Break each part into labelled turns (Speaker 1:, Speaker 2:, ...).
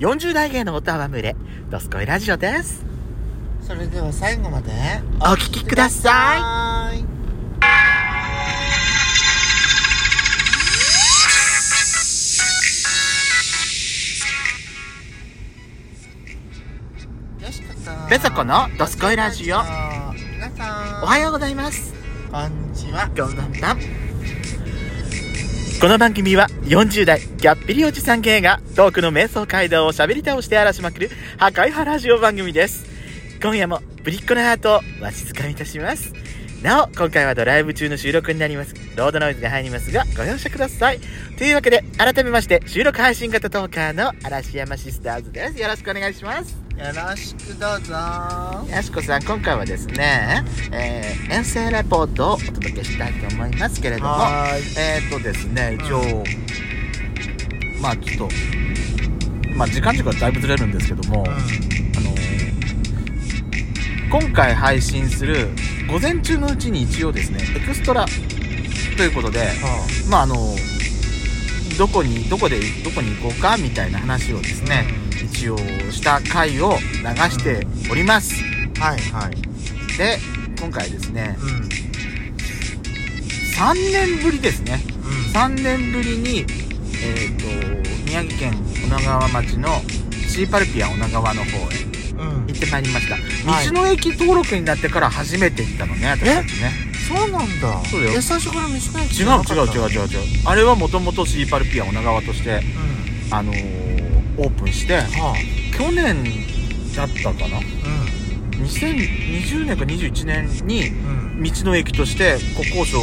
Speaker 1: 40代芸のおたわむれ、ドスコイラジオです。
Speaker 2: それでは最後まで
Speaker 1: お聞きくださ
Speaker 2: はーいよしか
Speaker 1: い。ペソコのドスコイラジオ、
Speaker 2: 皆さん
Speaker 1: おはようございます。
Speaker 2: こんにちは
Speaker 1: こんばんは。この番組は40代ギャッピリおじさん芸がトークの瞑想街道を喋り倒して荒らしまくる破壊派ラジオ番組です。今夜もぶりっ子のハートをわしづかみいたします。なお、今回はドライブ中の収録になります。ロードノイズが入りますが、ご容赦ください。というわけで、改めまして、収録配信型トーカーの嵐山シスターズです。よろしくお願いします。
Speaker 2: よろしくどうぞ
Speaker 1: やしこさん、今回はですね、えー遠征レポートをお届けしたいと思いますけれども、
Speaker 2: はーい
Speaker 1: えー、とですね、一応、まあちょっと、まあ時間軸はだいぶずれるんですけども、あのー今回配信する午前中のうちに一応ですね、エクストラということで、まああのーどこに、どこで、どこに行こうかみたいな話をですね、一応した回を流しております。
Speaker 2: はいはい
Speaker 1: で今回ですね
Speaker 2: うん
Speaker 1: 3年ぶりですね
Speaker 2: うん
Speaker 1: 3年ぶりにえっ、と宮城県女川町のシーパルピア女川の方へ
Speaker 2: うん
Speaker 1: 行ってまいりました、
Speaker 2: はい
Speaker 1: 道の駅登録になってから初めて行ったのね私たちね
Speaker 2: そうなんだ
Speaker 1: そうだよ
Speaker 2: え最初から短い
Speaker 1: 違う違う違う違
Speaker 2: う
Speaker 1: う違うあれはもともとシーパルピア女川として
Speaker 2: うん
Speaker 1: あのーオープンして
Speaker 2: はあ
Speaker 1: 去年だったかな2020年か21年に
Speaker 2: うんうん
Speaker 1: 道の駅として国交省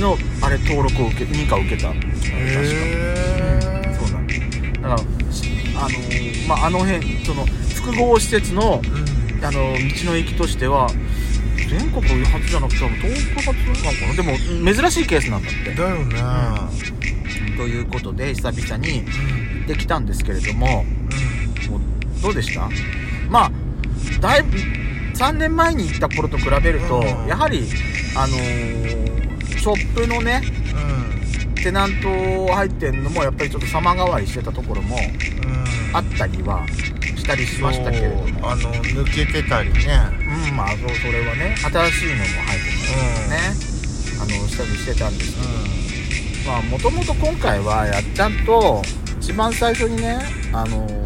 Speaker 1: のあれ登録を受け認可を受けた確か、
Speaker 2: へ
Speaker 1: そうなんですだからしあのーまああの辺その複合施設の
Speaker 2: うん
Speaker 1: あのー道の駅としては全国初じゃなくても東京初なのかなでも珍しいケースなんだって
Speaker 2: だよね
Speaker 1: ということで久々に
Speaker 2: うん
Speaker 1: 行ってきたんですけれどももうどうでしたまあだいぶ3年前に行った頃と比べると、
Speaker 2: うん
Speaker 1: やはりあのーショップのねテナント入ってんのもやっぱりちょっと様変わりしてたところも
Speaker 2: うんうん
Speaker 1: あったりはしたりしましたけれども
Speaker 2: そうあの抜けてたりね
Speaker 1: うんまあそうそれはね新しいのも入ってますよね、あの下見してたんですまあもともと今回はやっちゃんと一番最初にねあのー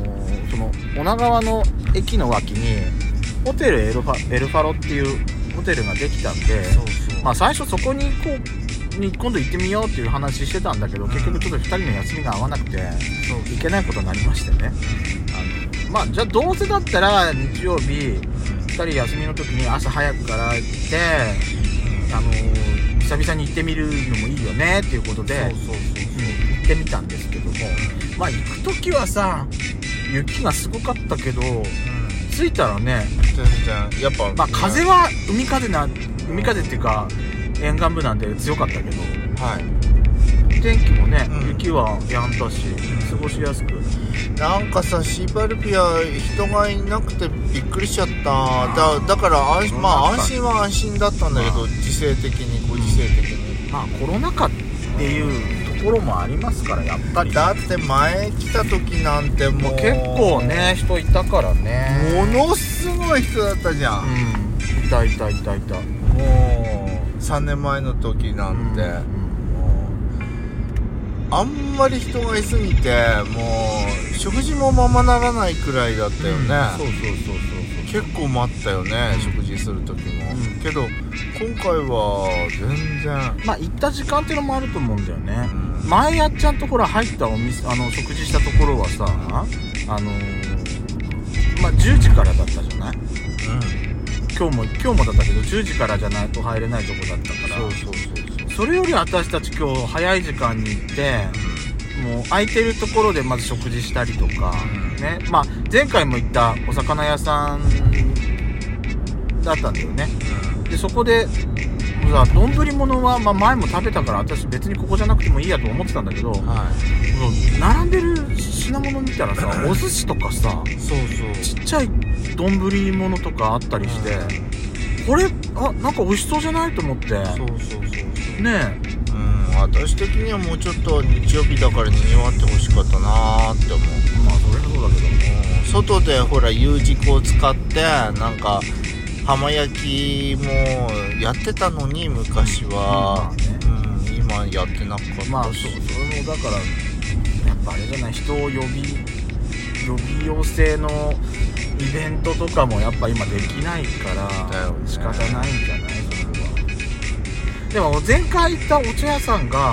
Speaker 1: その女川の駅の脇にホテルエルファエルファロっていうホテルができたんで
Speaker 2: うんそうそう
Speaker 1: まあ最初そこにこうに今度行ってみようっていう話してたんだけど結局ちょっと2人の休みが合わなくて
Speaker 2: そう
Speaker 1: 行けないことになりましてねあのまあじゃあどうせだったら日曜日2人休みの時に朝早くから行ってあの久々に行ってみるのもいいよねっていうことで
Speaker 2: そうそう
Speaker 1: うん
Speaker 2: そう
Speaker 1: 行ってみたんですけどもまあ行く時はさ雪がすごかったけど
Speaker 2: うん
Speaker 1: 着いたらね
Speaker 2: 全然やっぱ
Speaker 1: まあ風は海風な海風っていうか沿岸部なんで強かったけど
Speaker 2: はい
Speaker 1: 天気もね、
Speaker 2: うん
Speaker 1: 雪はやんだし過ごしやすく
Speaker 2: なんかさシーパルピア人がいなくてびっくりしちゃっただだから安まあ安心は安心だったんだけど時勢的にご時世的に
Speaker 1: まあコロナ禍っていうところもありますからやっぱり
Speaker 2: だって前来た時なんてもう
Speaker 1: もう結構ね人いたからね
Speaker 2: ものすごい人だったじゃん、
Speaker 1: うんいたいたいたいた
Speaker 2: もう3年前の時なんて、
Speaker 1: うん
Speaker 2: もうあんまり人がいすぎてもう食事もままならないくらいだったよ
Speaker 1: そう
Speaker 2: ね、
Speaker 1: そうそうそう
Speaker 2: 結構待ったよね、
Speaker 1: うん
Speaker 2: 食事する時も、
Speaker 1: うん
Speaker 2: けど今回は全然、
Speaker 1: まあ行った時間っていうのもあると思うんだよね、
Speaker 2: うん
Speaker 1: 前やっちゃんところ入ったお店あの食事したところはさあのーまあ10時からだったじゃない今日も今日もだったけど10時からじゃないと入れないとこだったから
Speaker 2: そうそうそうそう
Speaker 1: それより私たち今日早い時間に行ってもう空いてるところでまず食事したりとか、
Speaker 2: うん
Speaker 1: ねまあ、前回も行ったお魚屋さんだったんだよねでそこでもうさ丼物は、まあ、前も食べたから私別にここじゃなくてもいいやと思ってたんだけどもう
Speaker 2: は
Speaker 1: 並んでる品物見たらさお寿司とかさ
Speaker 2: いそうそう
Speaker 1: ちっちゃい丼物とかあったりしてこれあなんか美味しそうじゃないと思って
Speaker 2: そうそうそうそう
Speaker 1: ねえ
Speaker 2: うん私的にはもうちょっと日曜日だからにぎわってほしかったなーって思う
Speaker 1: まあそれはそうだけど
Speaker 2: 外でほら U 軸を使ってなんか浜焼きもやってたのに昔は、
Speaker 1: う
Speaker 2: うん、今やってなかったし、
Speaker 1: まあそうそれもだからやっぱあれじゃない人を呼び呼び寄せのイベントとかもやっぱ今できないから
Speaker 2: だよね
Speaker 1: 仕方ないんじゃないそこはでも前回行ったお茶屋さんが、
Speaker 2: う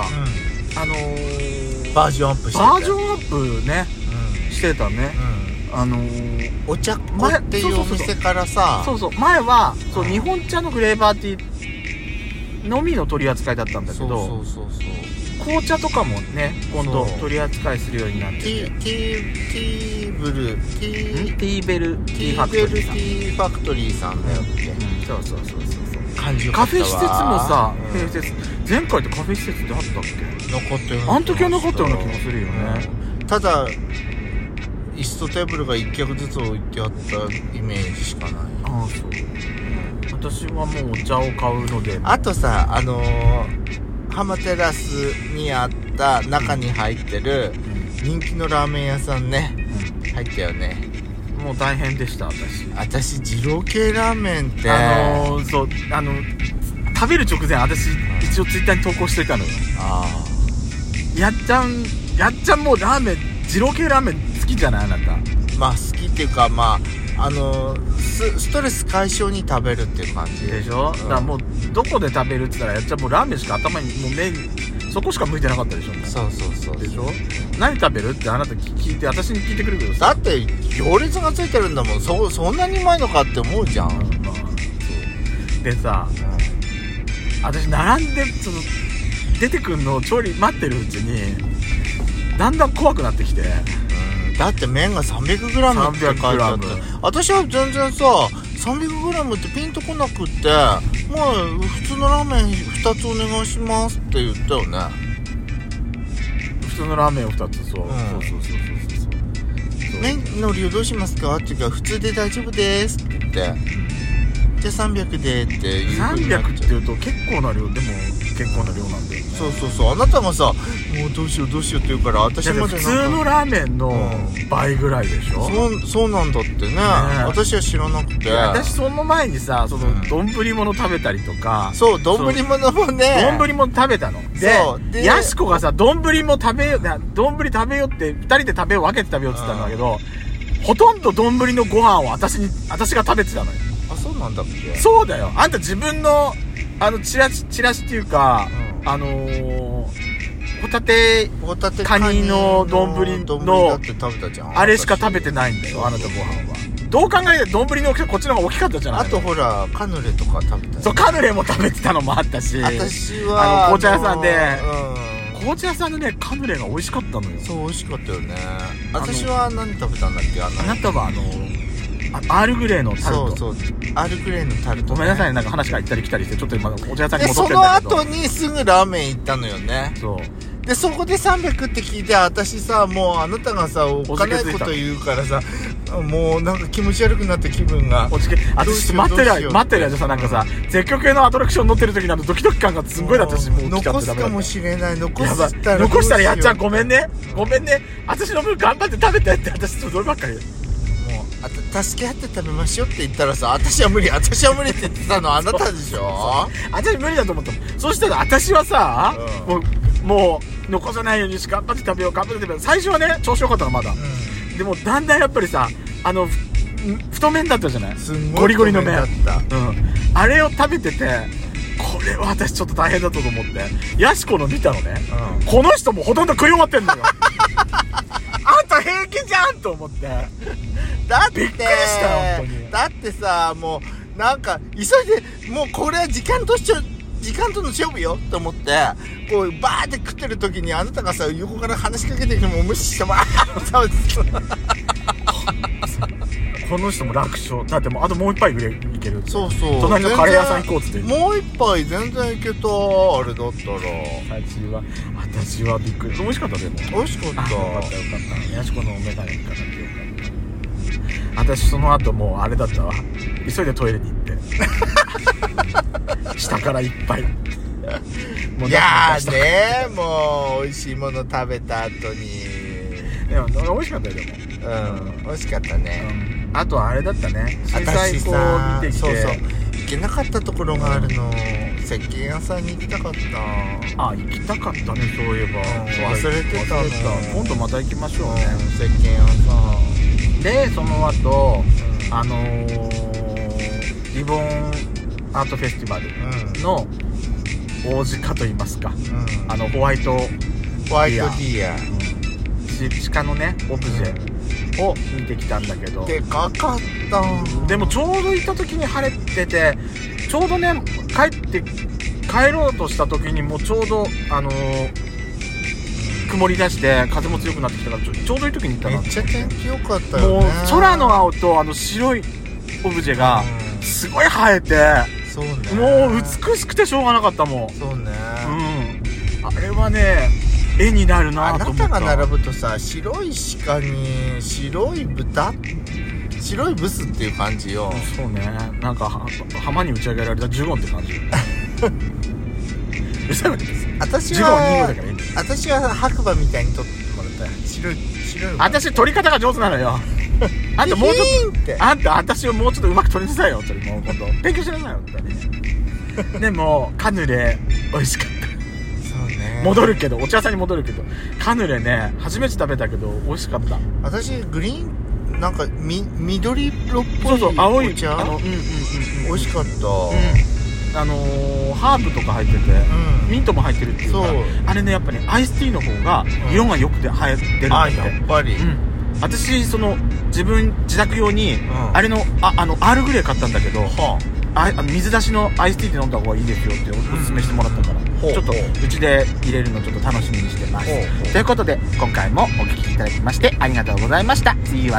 Speaker 1: あのー
Speaker 2: ん、バージョンアップして
Speaker 1: バージョ
Speaker 2: ン
Speaker 1: ンアップねしてたね、あのー
Speaker 2: お茶っ子っていうお店からさ
Speaker 1: そうそう前はそう、
Speaker 2: うん
Speaker 1: 日本茶のフレーバーティーのみの取り扱いだったんだけど
Speaker 2: そうそうそうそう
Speaker 1: 紅茶とかもね今度
Speaker 2: そう
Speaker 1: 取り扱いするようになって
Speaker 2: テ
Speaker 1: て
Speaker 2: ィーティーティーブルーティ
Speaker 1: ん
Speaker 2: ー
Speaker 1: ティーベルテ
Speaker 2: テ
Speaker 1: ィー
Speaker 2: ィ
Speaker 1: ファ
Speaker 2: ー
Speaker 1: クト
Speaker 2: ベル
Speaker 1: リー
Speaker 2: テ
Speaker 1: さん
Speaker 2: ィーファクトリーさんだよっ
Speaker 1: う
Speaker 2: て
Speaker 1: んそうそうそうそうそう
Speaker 2: 感じよか
Speaker 1: カ
Speaker 2: った
Speaker 1: フ
Speaker 2: わ
Speaker 1: ェ施設もさ、
Speaker 2: うん
Speaker 1: カフェ施設前回ってカフェ施設ってあったっけ
Speaker 2: 残ったような気がした
Speaker 1: あの時はなかったような気もするよね、
Speaker 2: ただ椅子とテーブルが1脚ずつ置いてあったイメージしかない
Speaker 1: ああそう私はもうお茶を買うので
Speaker 2: あとさあのー、浜テラスにあった中に入ってる
Speaker 1: うん
Speaker 2: 人気のラーメン屋さんね入ったよね
Speaker 1: うんもう大変でした私
Speaker 2: 私二郎系ラーメンって
Speaker 1: あのー、そうあの食べる直前私一応ツイッターに投稿しといたのよ
Speaker 2: あ
Speaker 1: やっちゃんやっちゃんもうラーメン二郎系ラーメン好きじゃないあなた
Speaker 2: ーまあ好きっていうかまああのー、スストレス解消に食べるっていう感じ
Speaker 1: でしょ、だからもうどこで食べるって言ったらやっちゃんもうラーメンしか頭にもう麺そこしか向いてなかったでしょもう
Speaker 2: そうそうそう
Speaker 1: でしょ何食べるってあなた聞いて私に聞いてくるけどさ
Speaker 2: だって行列がついてるんだもんそそんなにうまいのかって思うじゃん、
Speaker 1: まあそうでさ私並んでその出てくんのを調理待ってるうちにだんだん怖くなってきて
Speaker 2: だって麺が 300g って書いてあって
Speaker 1: 300g
Speaker 2: 私は全然さ 300g ってピンとこなくって「まあ普通のラーメン2つお願いします」って言ったよね
Speaker 1: 普通のラーメンを2つそう,、
Speaker 2: ん
Speaker 1: そうそうそうそうそうそう
Speaker 2: 麺の量どうしますか?」って言うから「普通で大丈夫です」って言って「じゃあ300で」っていう風になっ
Speaker 1: 300って
Speaker 2: ちゃ
Speaker 1: いうと結構な量でも結構な量なんだよね
Speaker 2: そうそうそうあなたがさ「もうどうしようどうしよう」って言うから私
Speaker 1: だって
Speaker 2: まで
Speaker 1: 普
Speaker 2: なんか
Speaker 1: 通のラーメンの
Speaker 2: う
Speaker 1: 倍ぐらいでしょ、
Speaker 2: そうそうなんだってね私は知らなくて
Speaker 1: 私その前にさその
Speaker 2: うん
Speaker 1: 丼物食べたりとか
Speaker 2: そう丼物もね
Speaker 1: 丼も食べたの
Speaker 2: そう
Speaker 1: で
Speaker 2: で
Speaker 1: やしこがさ丼も食べよな丼食べよって2人で食べよう分けて食べようって言ったんだけど、ほとんど丼のご飯を私に私が食べてたのよ
Speaker 2: あそうなんだっけ
Speaker 1: そうだよあんた自分のあのチラシチラシっていうか、
Speaker 2: うん
Speaker 1: あのー、ホタテ
Speaker 2: ホタテ
Speaker 1: カニの丼の
Speaker 2: 丼だって食べたじゃん
Speaker 1: あれしか食べてないんだよあなたご飯はどう考えても丼の大きさこっちの方が大きかったじゃない
Speaker 2: あとほらカヌレとか食べた
Speaker 1: そうカヌレも食べてたのもあったし
Speaker 2: 私は
Speaker 1: あの紅茶屋さんで
Speaker 2: あの
Speaker 1: 紅茶屋さんのねカヌレが美味しかったのよ
Speaker 2: うんそう美味しかったよね私は何食べたんだっけあの
Speaker 1: あなたはあのあアールグレーのタル
Speaker 2: そ
Speaker 1: ト
Speaker 2: うそうアールグレイのタルト
Speaker 1: ごめんなさ
Speaker 2: い
Speaker 1: いなんか話が行ったり来たりしてちょっと今お茶屋さんに
Speaker 2: で
Speaker 1: 戻っ
Speaker 2: そ
Speaker 1: てん
Speaker 2: の
Speaker 1: だけど
Speaker 2: 後にすぐラーメン行ったのよね
Speaker 1: そう
Speaker 2: でそこで300って聞いて私さもうあなたがさおっかないこと言うからさもうなんか気持ち悪くなって気分が
Speaker 1: おちけあ
Speaker 2: どう
Speaker 1: 私
Speaker 2: しよう
Speaker 1: 待ってる
Speaker 2: どうし
Speaker 1: 間
Speaker 2: よう
Speaker 1: 待ってる間さなんかさ絶叫系のアトラクション乗ってる時のあのドキドキ感がすんごいだったしもう来ちゃって
Speaker 2: 残す
Speaker 1: ダメだ
Speaker 2: か
Speaker 1: った
Speaker 2: もしれない残
Speaker 1: やばい
Speaker 2: したら
Speaker 1: 残したらやっちゃう
Speaker 2: ど
Speaker 1: ご
Speaker 2: う
Speaker 1: めんねごめんね私の分頑張って食べてって私そればっかり
Speaker 2: しようもうあた助け合って食べましょうって言ったらさ私は無理私は無理って言ってたのあなたでしょ
Speaker 1: 私無理だと思ったもんそしたら私はさ、
Speaker 2: う
Speaker 1: もうもう残さないようにし頑張って食べよう頑張って食べよう最初はね調子よかったのまだ、でもだんだんやっぱりさあのふ太麺だったじゃない
Speaker 2: すんごい
Speaker 1: ゴリゴリの麺
Speaker 2: だった
Speaker 1: うんあれを食べててこれは私ちょっと大変だったと思ってやしこの見たのね、
Speaker 2: うん
Speaker 1: この人もほとんど食い終わってんのよ あんた平気じゃんと思って
Speaker 2: だって
Speaker 1: びっくりした本当に
Speaker 2: だってさもうなんか急いでもうこれは時間としちゃ時間との勝負よと思ってこうバーって食ってる時にあなたがさ横から話しかけてきても無視してバーッて食べてた
Speaker 1: この人も楽勝だってもうあともう一杯ぐらいいける
Speaker 2: そうそう
Speaker 1: 隣のカレー屋さん行こうっつって
Speaker 2: 全然もう一杯全然いけたあれだったら
Speaker 1: 私は私はびっくり美味しかったでも
Speaker 2: 美味しかった
Speaker 1: あよかったよかったやしこのお眼鏡かかってよかった私その後もうあれだったわ急いでトイレに行 って下からいっぱいも
Speaker 2: いやーねもう美味しいもの食べた後に
Speaker 1: でも美味しかったよでも
Speaker 2: うん美味しかったね
Speaker 1: あとあれだったね小さい
Speaker 2: 私
Speaker 1: 子を
Speaker 2: さ
Speaker 1: 見てきて
Speaker 2: そうそう行けなかったところがあるの石鹸屋さんに行きたかった
Speaker 1: あ行きたかったねそういえば
Speaker 2: うん忘れてたの
Speaker 1: 忘れ今度また行きましょうね
Speaker 2: うん石鹸屋さ
Speaker 1: でその後
Speaker 2: ん
Speaker 1: あのーリボンアートフェスティバルの王子化といいますか
Speaker 2: うんうん
Speaker 1: あのホワイト
Speaker 2: ホワイトディア
Speaker 1: し鹿のねオブジェを見てきたんだけど
Speaker 2: でかかった
Speaker 1: でもちょうど行った時に晴れててちょうどね帰って帰ろうとした時にもうちょうどあのー曇り出して風も強くなってきたからちょちょうどいい時に行った
Speaker 2: め
Speaker 1: な
Speaker 2: っちゃ天気良かった
Speaker 1: も
Speaker 2: よ
Speaker 1: う
Speaker 2: ね
Speaker 1: 空の青とあの白いオブジェが
Speaker 2: うん
Speaker 1: すごい生えて
Speaker 2: そうね
Speaker 1: もう美しくてしょうがなかったもん
Speaker 2: そうね
Speaker 1: うんあれはね絵になる
Speaker 2: あ
Speaker 1: なと
Speaker 2: な
Speaker 1: 思った
Speaker 2: たが並ぶとさ白い鹿に白い豚白いブスっていう感じよ
Speaker 1: そうねなんかは浜に打ち上げられたジュゴンって感 じうるさいわけですよ
Speaker 2: 私
Speaker 1: ジュゴン2号だ
Speaker 2: は
Speaker 1: からいいんです
Speaker 2: 私は白馬みたいに撮ってもらったよ白い白い
Speaker 1: 私撮り方が上手なの よあんたもうちょっ
Speaker 2: ヒーンって
Speaker 1: とあんた私をもうちょっとうまく撮りなさいよそれもう今度勉強しなさいよ本 当にでもカヌレ美味しかった
Speaker 2: そうね
Speaker 1: 戻るけどお茶屋さんに戻るけどカヌレね初めて食べたけど美味しかった
Speaker 2: 私グリーンなんかみ緑色っぽ
Speaker 1: そう
Speaker 2: い
Speaker 1: そう青い
Speaker 2: お茶
Speaker 1: あのうんうんうん
Speaker 2: 美味しかった
Speaker 1: うんあのーハーブとか入ってて、
Speaker 2: うん
Speaker 1: ミントも入ってるっていうか
Speaker 2: そう
Speaker 1: あれねやっぱねアイスティーの方が色が良くて映えてるんだっ
Speaker 2: あ
Speaker 1: て、
Speaker 2: やっぱり
Speaker 1: うん私その自分自宅用に、
Speaker 2: ん
Speaker 1: あれのああのアールグレー買ったんだけど、
Speaker 2: は
Speaker 1: ああの水出しのアイスティーで飲んだ方がいいですよっておすすめしてもらったから、
Speaker 2: ほう
Speaker 1: ちょっと
Speaker 2: ほう
Speaker 1: うちで入れるのちょっと楽しみにしてます
Speaker 2: ほうほう
Speaker 1: ということで今回もお聴きいただきましてありがとうございました See you again